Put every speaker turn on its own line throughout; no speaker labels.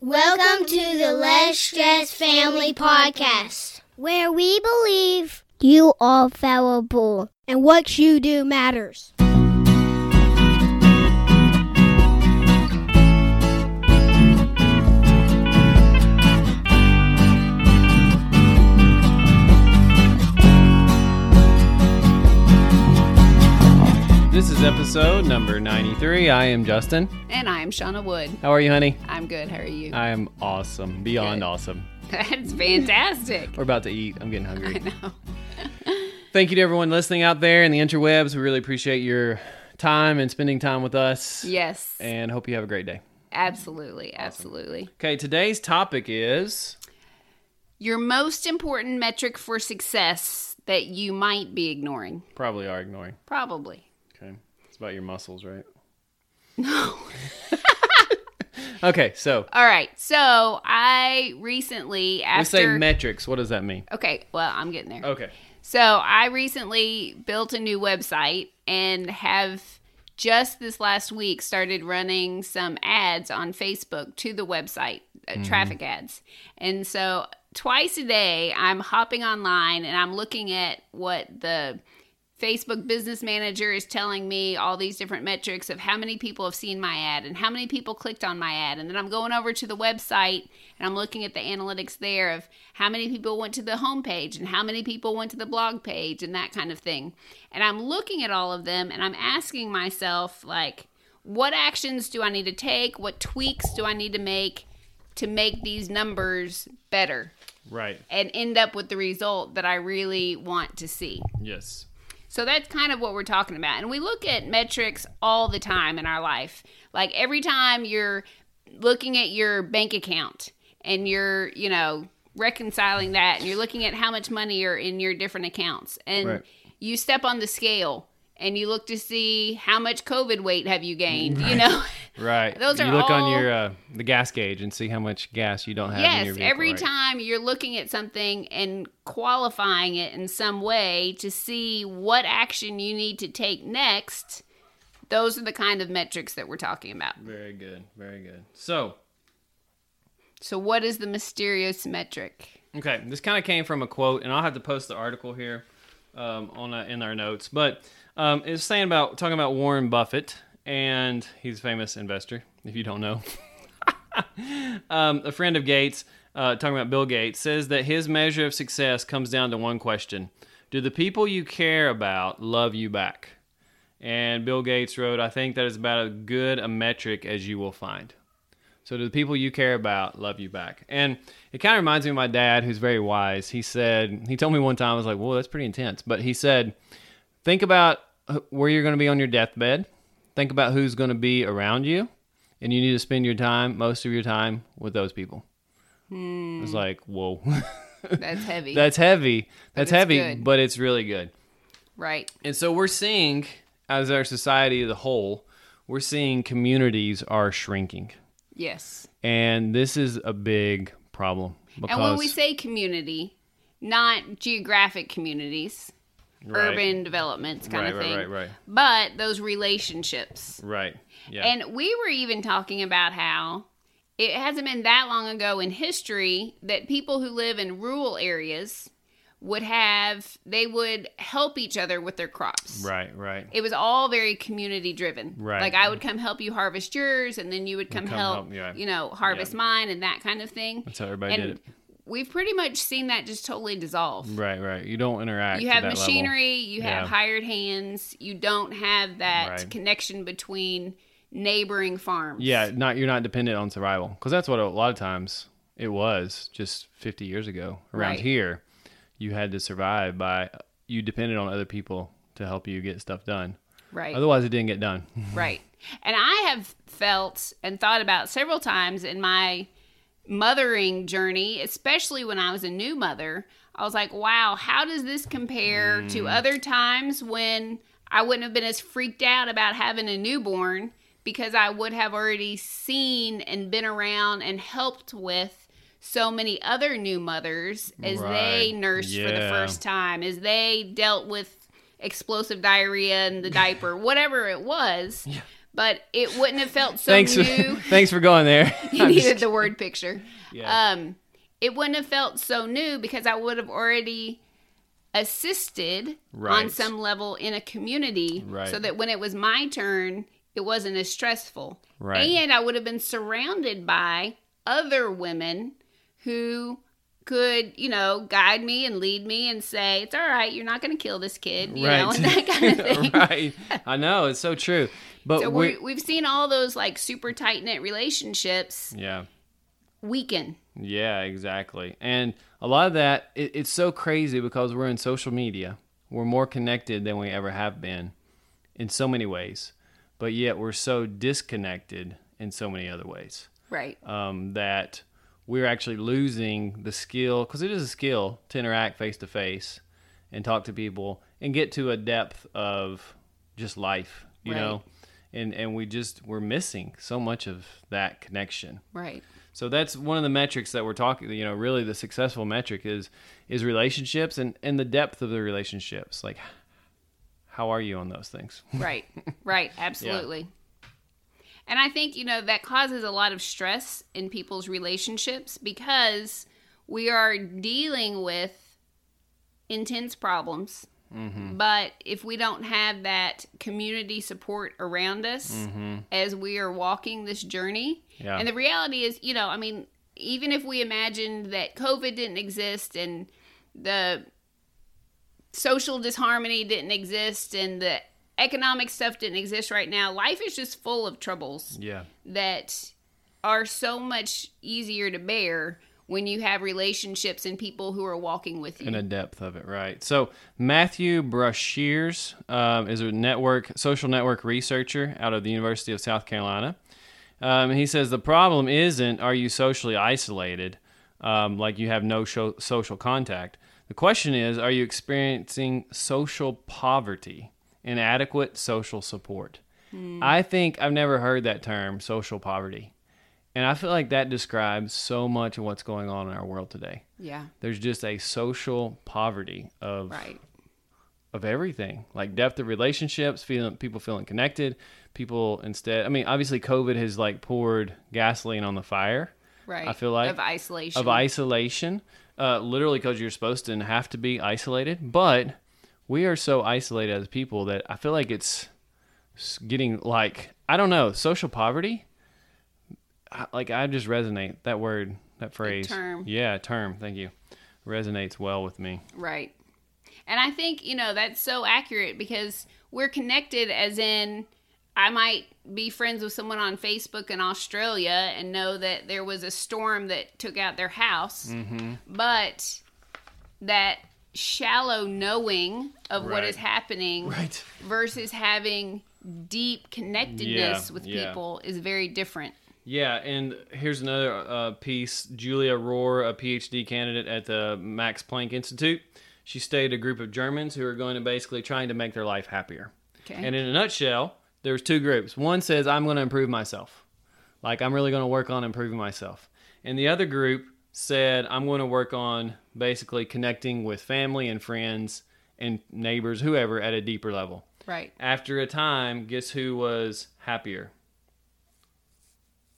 Welcome to the Less Stress Family Podcast, where we believe you are fallible and what you do matters.
This is episode number 93. I am Justin.
And I'm Shauna Wood.
How are you, honey?
I'm good. How are you?
I am awesome. Beyond awesome.
That's fantastic.
We're about to eat. I'm getting hungry.
No.
Thank you to everyone listening out there in the interwebs. We really appreciate your time and spending time with us.
Yes.
And hope you have a great day.
Absolutely. Absolutely.
Okay, today's topic is
Your most important metric for success that you might be ignoring.
probably are ignoring.
Probably.
Okay. It's about your muscles, right? No. okay, so
All right. So I recently
we
after
say metrics. What does that mean?
Okay, well, I'm getting there.
Okay.
So I recently built a new website and have just this last week started running some ads on Facebook to the website, uh, traffic ads. And so twice a day, I'm hopping online and I'm looking at what the Facebook business manager is telling me all these different metrics of how many people have seen my ad and how many people clicked on my ad. And then I'm going over to the website and I'm looking at the analytics there of how many people went to the homepage and how many people went to the blog page and that kind of thing. And I'm looking at all of them and I'm asking myself, like, what actions do I need to take? What tweaks do I need to make to make these numbers better
Right.
and end up with the result that I really want to see?
Yes.
So that's kind of what we're talking about. And we look at metrics all the time in our life. Like every time you're looking at your bank account and you're, you know, reconciling that and you're looking at how much money are in your different accounts and
Right.
you step on the scale and you look to see how much covid weight have you gained, you know.
Right.
Those are
you look on
all-
your uh, the gas gauge and see how much gas you don't have. in your
Yes,
vehicle,
every
right?
time you're looking at something and qualifying it in some way to see what action you need to take next, those are the kind of metrics that we're talking about.
Very good, very good. So,
So, what is the mysterious metric?
okay, this kind of came from a quote, and I'll have to post the article here um, on uh in our notes. But um, it's saying about talking about Warren Buffett, and he's a famous investor. If you don't know, um, a friend of Gates, uh, talking about Bill Gates, says that his measure of success comes down to one question: Do the people you care about love you back? And Bill Gates wrote, "I think that is about as good a metric as you will find." So do the people you care about love you back? And it kind of reminds me of my dad, who's very wise. He said he told me one time I was like, "Whoa, that's pretty intense," but he said, "Think about wh- where you're going to be on your deathbed. Think about who's going to be around you, and you need to spend your time, most of your time, with those people."
Hmm.
I was like, "Whoa,
That's heavy,
that's heavy. That's
it's
heavy,
good.
but it's really good."
right?
And so we're seeing, as our society as a whole, we're seeing communities are shrinking.
Yes.
And this is a big problem because
And when we say community, not geographic communities,
Right.
urban developments kind
Right,
of
right,
thing,
right, right.
but those relationships.
right, yeah,
And we were even talking about how it hasn't been that long ago in history that people who live in rural areas would have, they would help each other with their crops.
right, right,
It was all very community driven.
Right.
Like I would come help you harvest yours and then you would come,
come
help,
help, yeah.
you know, harvest
Yeah.
mine and that kind of thing.
That's how everybody did
and
it.
We've pretty much seen that just totally dissolve.
right, right. You don't interact.
You
to
have
that level.
machinery, you have
Yeah.
hired hands, you don't have that
Right.
connection between neighboring farms.
Yeah, not you're not dependent on survival because that's what a lot of times it was just 50 years ago around
Right.
here. You had to survive by you depended on other people to help you get stuff done.
Right.
Otherwise, it didn't get done.
Right. And I have felt and thought about several times in my mothering journey, especially when I was a new mother, I was like, wow, how does this compare to
Mm.
other times when I wouldn't have been as freaked out about having a newborn because I would have already seen and been around and helped with so many other new mothers as they
Right.
nursed for the
Yeah.
first time, as they dealt with explosive diarrhea and the diaper, whatever it was. but it wouldn't have felt so
Thanks, for,
new.
thanks for going there.
you
I'm just
needed the word picture.
Yeah.
Um, it wouldn't have felt so new because I would have already assisted on
Right.
some level in a community
Right.
so that when it was my turn, it wasn't as stressful.
Right.
And I would have been surrounded by other women who could, you know, guide me and lead me and say, it's all right, you're not going to kill this kid, you know, and that kind of thing.
right. I know it's so true. But
So
we
we we've seen all those like super tight knit relationships
yeah.
weaken.
Yeah, exactly. And a lot of that it, it's so crazy because we're in social media. We're more connected than we ever have been in so many ways. But yet we're so disconnected in so many other ways.
Right.
um, that we're actually losing the skill because it is a skill to interact face to face and talk to people and get to a depth of just life, you
Right.
know. And and we just we're missing so much of that connection.
Right.
So that's one of the metrics that we're talking. You know, really the successful metric is is relationships and and the depth of the relationships. Like, how are you on those things?
Right. Right. Absolutely. And I think, you know, that causes a lot of stress in people's relationships because we are dealing with intense problems. But if we don't have that community support around us as we are walking this journey,
Yeah.
and the reality is, you know, I mean, even if we imagined that COVID didn't exist and the social disharmony didn't exist and the economic stuff didn't exist right now, life is just full of troubles
Yeah.
that are so much easier to bear when you have relationships and people who are walking with you.
and a depth of it, right? So Matthew Brashears um, is a network social network researcher out of the University of South Carolina. Um, he says the problem isn't are you socially isolated, um, like you have no sho- social contact. The question is, are you experiencing social poverty, inadequate social support? I think I've never heard that term, social poverty. And I feel like that describes so much of what's going on in our world today
yeah.
there's just a social poverty of
Right.
of everything like depth of relationships feeling people feeling connected people instead i mean obviously covid has like poured gasoline on the fire
Right.
I feel like-
of isolation.
of isolation uh, literally because you're supposed to and have to be isolated but we are so isolated as people that i feel like it's s- getting like i don't know social poverty I, like i just resonate that word that phrase
term.
yeah term thank you resonates well with me
Right. And I think, you know, that's so accurate because we're connected as in I might be friends with someone on Facebook in Australia and know that there was a storm that took out their house.
Mm-hmm.
But that shallow knowing of what
Right.
is happening
Right.
versus having deep connectedness
Yeah,
with
yeah.
people is very different.
Yeah, and here's another uh, piece. Julia Rohr, a PhD candidate at the Max Planck Institute, she studied a group of Germans who are going to basically trying to make their life happier.
Okay.
And in a nutshell, there's two groups. One says, I'm going to improve myself. Like, I'm really going to work on improving myself. And the other group said, I'm going to work on basically connecting with family and friends and neighbors, whoever, at a deeper level.
Right.
After a time, guess who was happier?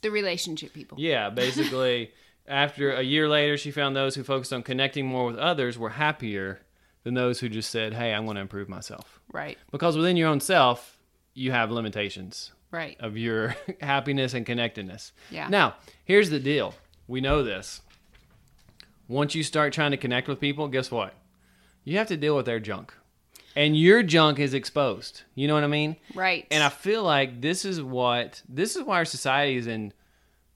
The relationship people.
Yeah, basically, after a year later, she found those who focused on connecting more with others were happier than those who just said, "Hey, I'm going to improve myself."
Right.
Because within your own self, you have limitations
Right.
of your happiness and connectedness.
Yeah.
Now, here's the deal. We know this. Once you start trying to connect with people, guess what? You have to deal with their junk. And your junk is exposed. You know what I mean?
Right.
And I feel like this is what this is why our society is in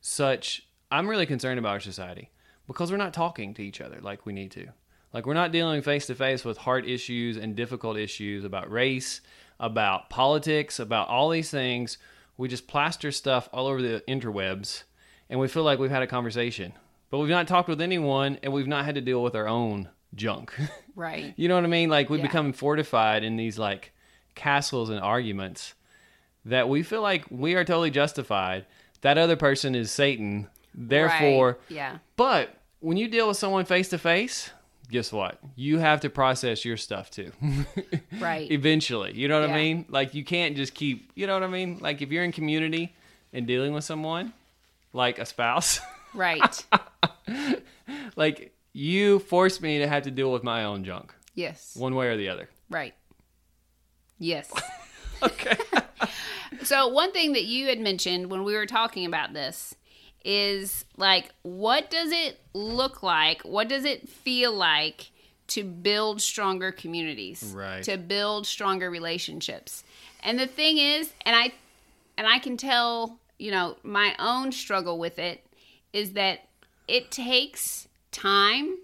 such I'm really concerned about our society because we're not talking to each other like we need to. Like we're not dealing face to face with hard issues and difficult issues about race, about politics, about all these things. We just plaster stuff all over the interwebs and we feel like we've had a conversation. But we've not talked with anyone and we've not had to deal with our own junk.
right.
You know what I mean? Like we
Yeah.
become fortified in these like castles and arguments that we feel like we are totally justified. That other person is Satan. Therefore,
Right. Yeah.
but when you deal with someone face to face, guess what? You have to process your stuff too.
Right.
Eventually. You know what I
Yeah.
mean? Like you can't just keep, you know what I mean? Like if you're in community and dealing with someone, like a spouse,
Right.
like you forced me to have to deal with my own junk
yes.
one way or the other.
Right. Yes.
Okay.
So, one thing that you had mentioned when we were talking about this is like, what does it look like? What does it feel like to build stronger communities?
Right.
To build stronger relationships. And the thing is, and I and I can tell, you know, my own struggle with it is that it takes time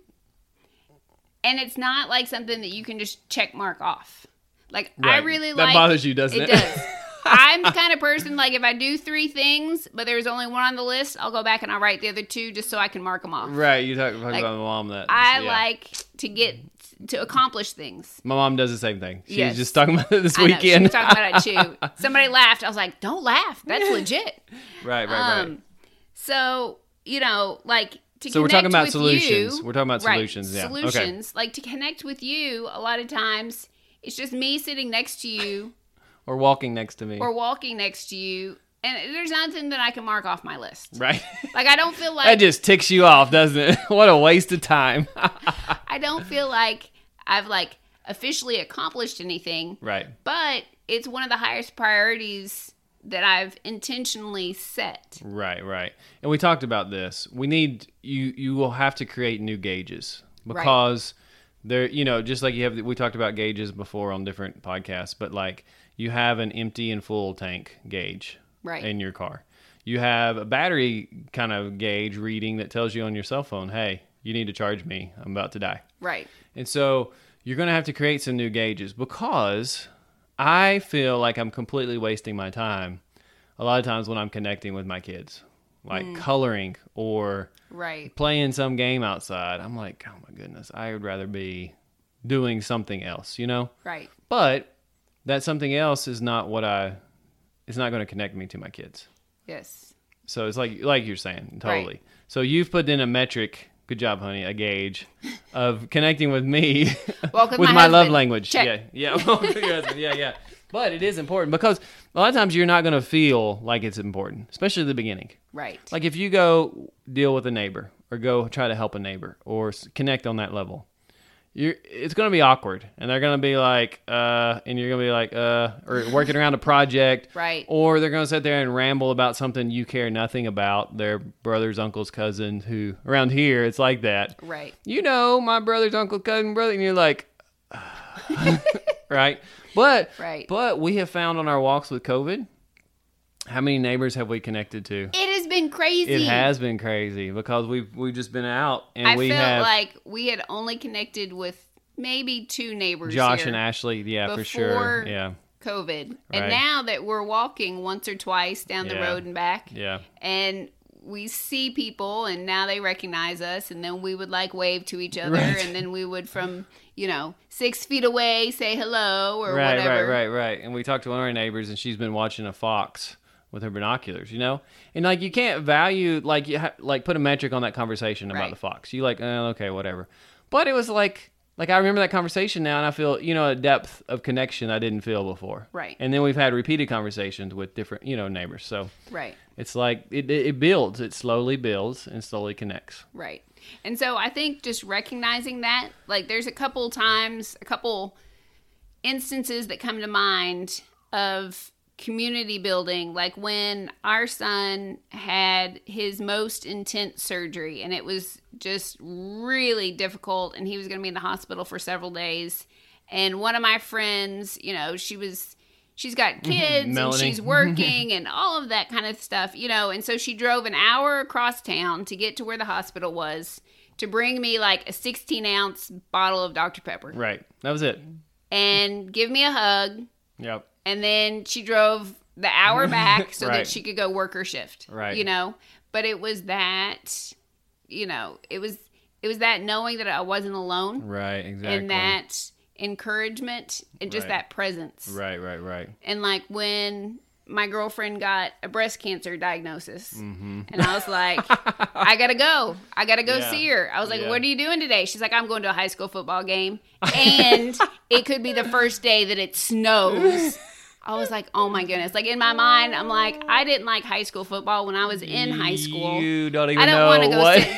and it's not like something that you can just check mark off. Like I
Right.
really
That
like
bothers you, doesn't it?
It does. I'm the kind of person like if I do three things, but there's only one on the list, I'll go back and I'll write the other two just so I can mark them off.
right. You talk, talk
Like,
about my mom that.
I
yeah.
like to get to accomplish things.
My mom does the same thing. She
Yes.
was just talking about it this
I know she
weekend.
was talking about it too. Somebody laughed. I was like, "Don't laugh. That's legit."
right, right, right.
Um, so you know, like to
So we're talking
connect
about
with
solutions.
you-
We're talking about
Right,
solutions, yeah. Okay.
Solutions. Like to connect with you. A lot of times, it's just me sitting next to you
Or walking next to me.
or walking next to you, and there's nothing that I can mark off my list.
right.
Like I don't feel
that
like
just ticks you off, doesn't it? what a waste of time.
I don't feel like I've like officially accomplished anything.
right.
But it's one of the highest priorities that I've intentionally set.
Right, right. And we talked about this. We need you you will have to create new gauges because there you know, just like you have we talked about gauges before on different podcasts, but like you have an empty and full tank gauge
Right.
in your car. You have a battery kind of gauge reading that tells you on your cell phone, "Hey, you need to charge me. I'm about to die."
Right.
And so you're going to have to create some new gauges because I feel like I'm completely wasting my time a lot of times when I'm connecting with my kids, like coloring or
Right.
playing some game outside. I'm like, oh my goodness, I would rather be doing something else, you know?
Right.
But that something else is not what I, it's not going to connect me to my kids.
Yes.
So it's like like you're saying, totally. So you've put in a metric. Good job, honey. A gauge of connecting with me
Welcome,
with
my
my, love
husband.
language.
Check.
Yeah, yeah, Welcome, your husband. yeah, yeah. But it is important because a lot of times you're not going to feel like it's important, especially at the beginning.
Right.
Like if you go deal with a neighbor or go try to help a neighbor or s- connect on that level, you're it's going to be awkward and they're going to be like uh and you're going to be like uh or working around a project
Right.
or they're going to sit there and ramble about something you care nothing about, their brothers, uncles, cousins who around here it's like that.
right.
You know, my brother's uncle, cousin, brother and you're like right? But
Right.
but we have found on our walks with COVID how many neighbors have we connected to?
It has been crazy.
It has been crazy because we've we've just been out and
I
we
felt
have
like we had only connected with maybe two neighbors.
Josh
here
and Ashley, yeah, for
before
sure, yeah,
COVID.
Right.
And now that we're walking once or twice down the
Yeah.
road and back,
yeah,
and we see people and now they recognize us and then we would like wave to each other
Right.
and then we would from you know six feet away say hello or
right,
whatever
right, right, right. And we talked to one of our neighbors, and she's been watching a fox with her binoculars, you know. And like, you can't value like you ha- like put a metric on that conversation about
Right.
the fox. You like, eh, okay, whatever. But it was like. Like I remember that conversation now, and I feel you know a depth of connection I didn't feel before.
Right.
And then we've had repeated conversations with different you know neighbors. So
right
It's like it, it it builds. It slowly builds and slowly connects.
Right. And so I think just recognizing that, like, there's a couple times, a couple instances that come to mind of community building, like when our son had his most intense surgery and it was just really difficult, and he was going to be in the hospital for several days. And one of my friends, you know, she was. She's got kids and
Melanie.
she's working and all of that kind of stuff, you know. And so she drove an hour across town to get to where the hospital was to bring me like a 16 ounce bottle of Dr. Pepper
Right. That was it.
Mm-hmm. and give me a hug.
Yep.
And then she drove the hour back so
Right.
that she could go work her shift.
Right.
You know, but it was that, you know, it was it was that knowing that I wasn't alone
Right. Exactly.
and that encouragement and just
Right.
that presence.
Right. Right. Right.
And like when my girlfriend got a breast cancer diagnosis.
Mm. Mm-hmm.
And I was like, I gotta go. I gotta go
Yeah.
see her. I was like,
Yeah.
What are you doing today? She's like, I'm going to a high school football game. And it could be the first day that it snows. I was like, Oh my goodness. Like in my mind, I'm like, I didn't like high school football when I was in high school.
You don't even
I don't want to
know
go
what.
sit.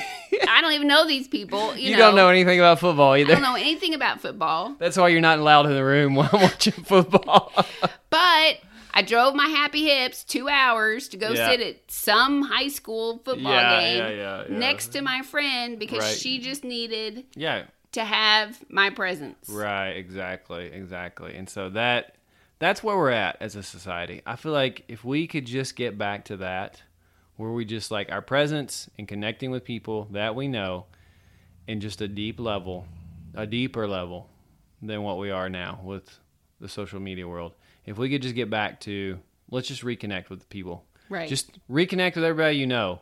I don't even know these people. You,
you
know.
don't know anything about football
I
either.
don't know anything about football.
That's why you're not allowed in the room while I'm watching football.
But I drove my happy hips two hours to go
Yeah.
sit at some high school football
Yeah,
game
yeah, yeah, yeah.
next to my friend because
Right.
she just needed
yeah,
to have my presence.
right, exactly, exactly. And so that that's where we're at as a society. I feel like if we could just get back to that, where we just like our presence and connecting with people that we know, in just a deep level, a deeper level than what we are now with the social media world. If we could just get back to let's just reconnect with the people.
Right.
Just reconnect with everybody you know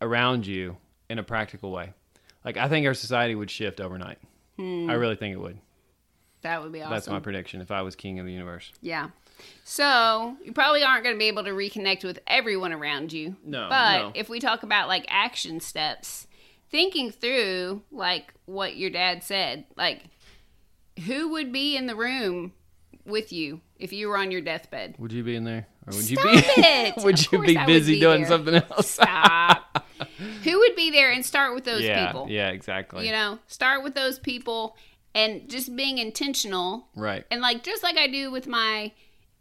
around you in a practical way. Like I think our society would shift overnight. I really think it would.
That would be Hmm. awesome.
That's my prediction if I was king of the universe.
yeah. So you probably aren't going to be able to reconnect with everyone around you.
No,
But
no.
if we talk about like action steps, thinking through like what your dad said, like who would be in the room with you if you were on your deathbed?
Would you be in there? Or would
Stop
you be
it!
would
Of
you
course
be
I would
busy
be
doing
there.
something else?
Stop. who would be there and start with those
yeah.
people?
Yeah, exactly.
You know, start with those people and just being intentional
right.
and like just like I do with my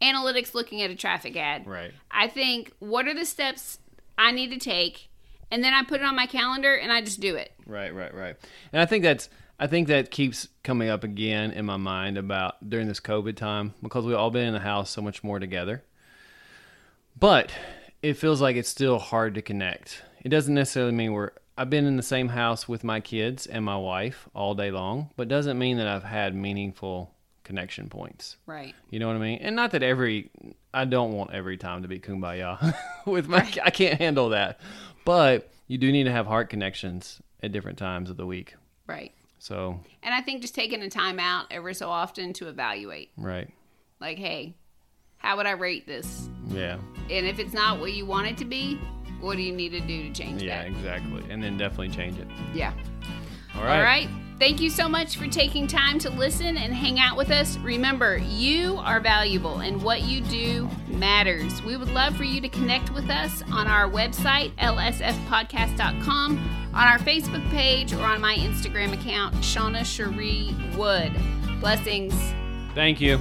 analytics looking at a traffic ad.
Right.
I think what are the steps I need to take and then I put it on my calendar and I just do it.
Right, right, right. And I think that's I think that keeps coming up again in my mind about during this COVID time because we've all been in the house so much more together. But it feels like it's still hard to connect. It doesn't necessarily mean we're I've been in the same house with my kids and my wife all day long, but doesn't mean that I've had meaningful connection points.
Right.
You know what I mean? And not that every I don't want every time to be kumbaya with my I can't handle that. But you do need to have heart connections at different times of the week.
Right.
So,
And I think just taking a time out every so often to evaluate.
right.
Like, hey, how would I rate this?
Yeah.
And if it's not what you want it to be, what do you need to do to change
Yeah,
that?
exactly. And then definitely change it.
Yeah.
All right.
All right. Thank you so much for taking time to listen and hang out with us. Remember, you are valuable and what you do matters. We would love for you to connect with us on our website, lsfpodcast.com, on our Facebook page, or on my Instagram account, Shauna Cherie Wood. Blessings.
Thank you.